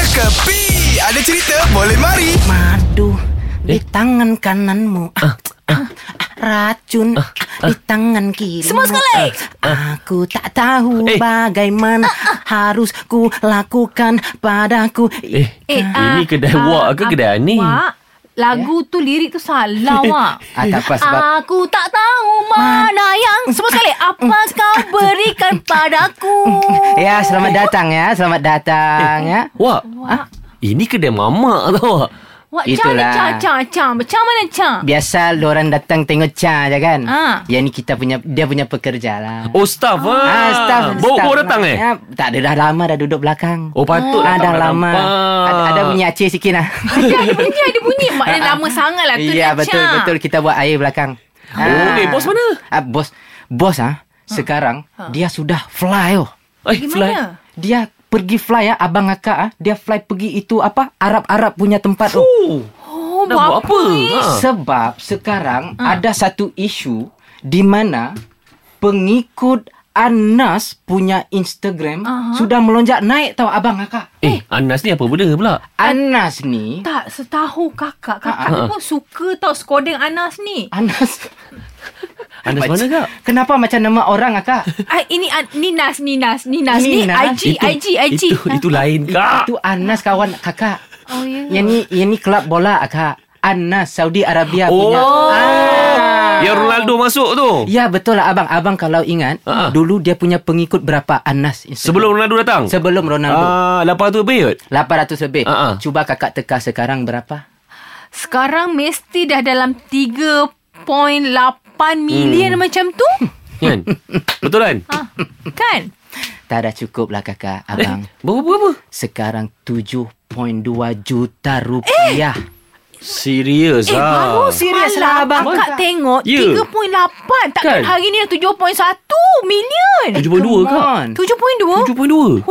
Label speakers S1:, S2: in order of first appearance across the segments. S1: Kepi Ada cerita boleh mari
S2: Madu di
S3: Eh?
S2: tangan kananmu. Ah, ah, Racun
S3: Ah,
S2: di tangan kiri. Ah,
S4: Semua sekali.
S2: Aku tak tahu
S3: Eh. ah.
S2: bagaimana harus ku lakukan padaku.
S3: Eh, eh ini kedai
S4: ah,
S3: wak ke
S4: ah,
S3: kedai ni?
S4: Wak, lagu tu lirik tu salah Wak.
S5: Ya. Ah, tak apa sebab
S4: Aku tak tahu mana yang Semua sekali Apa kau berikan padaku
S5: Mm. Ya, selamat
S2: Eh.
S5: datang ya. Selamat datang
S3: Eh.
S5: ya.
S3: Wak,
S4: Wak,
S3: ini kedai mamak tau Wak.
S4: Wak
S5: ah, Itulah.
S4: Itulah. Cha, cha, cha. Macam mana cha?
S5: Biasa orang datang tengok cha je kan.
S4: Ah.
S5: Yang ni kita punya dia punya pekerja lah.
S3: Oh, staff ah.
S5: Ah, staff.
S3: Bawa
S5: staff
S3: kau datang eh?
S5: Ya, tak ada dah lama dah duduk belakang.
S3: Oh, patut
S5: Ah,
S3: datang
S5: dah lama.
S3: nampak.
S5: Ada, ada bunyi aceh sikit lah.
S4: Dia ada bunyi, ada bunyi. Mak dia lama sangat lah tu
S5: Ya,
S4: dia,
S5: betul
S4: cha.
S5: betul kita buat air belakang.
S3: Oh, eh, bos mana? Ha.
S5: Ah, bos bos ah sekarang dia sudah fly oh.
S3: Eh, fly.
S4: Gimana?
S5: Dia pergi fly ya abang akak ah dia fly pergi itu apa Arab-Arab punya tempat oh.
S3: Oh,
S4: Oh,
S3: nak buat apa? Ha.
S5: Sebab sekarang ada satu isu di mana pengikut Anas punya Instagram sudah melonjak naik tau abang kakak.
S3: Eh, Anas ni apa benda pula?
S5: Anas ni
S4: Tak, setahu kakak. Kakak
S5: Ah,
S4: tu pun suka tau skodeng Anas ni.
S5: Anas
S3: Anas mana kak?
S5: Kenapa macam nama orang kakak?
S4: Ah, ini ah, Ninas, Ninas, Ninas. Ni
S5: Ninas?
S4: IG, IG, IG.
S3: Itu, itu lain kak.
S5: Ah. Itu Anas kawan kakak.
S4: Oh, ya.
S5: Yang ni yang ni kelab bola kakak. Anas Saudi Arabia punya.
S3: Oh.
S5: Ah.
S3: Ya Ronaldo masuk tu.
S5: Ya betul lah abang. Abang kalau ingat
S3: Ah.
S5: dulu dia punya pengikut berapa Anas
S3: Sebelum Ronaldo datang?
S5: sebelum Ronaldo.
S3: Ah, 800 bayut.
S5: 800 lebih.
S3: Ah, ah.
S5: Cuba kakak teka sekarang berapa?
S4: Sekarang mesti dah dalam 3.8 million hmm. macam tu.
S3: Kan? Betul kan?
S4: Ha, kan?
S5: Tak ada cukup lah kakak
S3: Eh.
S5: Abang
S3: Berapa berapa?
S5: Sekarang 7.2 juta rupiah
S3: Serius
S4: Eh, baru
S5: Serius lah,
S4: semalam
S5: abang.
S4: Akak
S5: Abang.
S4: tengok
S3: Ya.
S4: 3.8.
S3: Kan?
S4: Takkan hari ni dah 7.1 million.
S3: 7.2 kak.
S5: on.
S4: 7.2?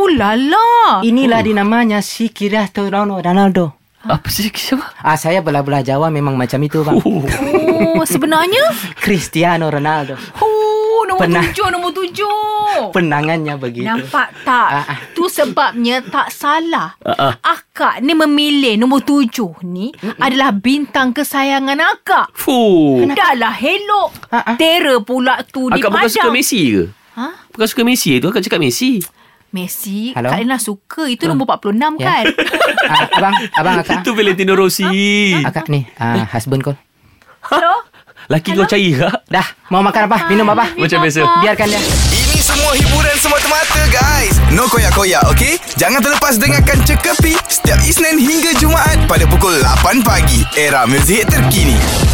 S3: 7.2.
S4: Oh lala.
S3: Oh.
S5: Inilah dinamanya si Kirato Ronaldo
S3: Apa sih siapa?
S5: Ah saya belah-belah Jawa memang macam itu bang
S4: Oh, sebenarnya
S5: Cristiano Ronaldo
S4: Oh, nombor
S5: Pernah.
S4: tujuh, nombor tujuh.
S5: Penangannya begitu
S4: Nampak tak?
S5: Ah, ah.
S4: Tu sebabnya tak salah.
S3: Ah, ah.
S4: Akak ni memilih nombor tujuh ni adalah bintang kesayangan akak.
S3: Fuh.
S4: Dah lah helok.
S5: Ah, ah.
S4: Terror pula tu
S3: Akak bukan suka
S4: dipadang.
S3: Messi ke?
S4: Ha?
S3: Bukan suka Messi tu Akak cakap Messi
S4: Messi,
S5: Hello?
S4: Kak Lina suka. Itu nombor 46
S5: Ya.
S4: kan?
S5: ah, Abang Abang akak
S3: Itu Valentino Rossi
S5: Akak ni ah, Husband call
S4: Hello?
S3: Laki kau cari kak
S5: Dah Mau makan apa? Ah. Minum apa?
S3: Macam biasa
S5: Biarkan dia
S1: Ini semua hiburan semata-mata guys No koyak-koyak ok Jangan terlepas dengarkan Cekapi Setiap Isnin hingga Jumaat Pada pukul 8 pagi Era muzik terkini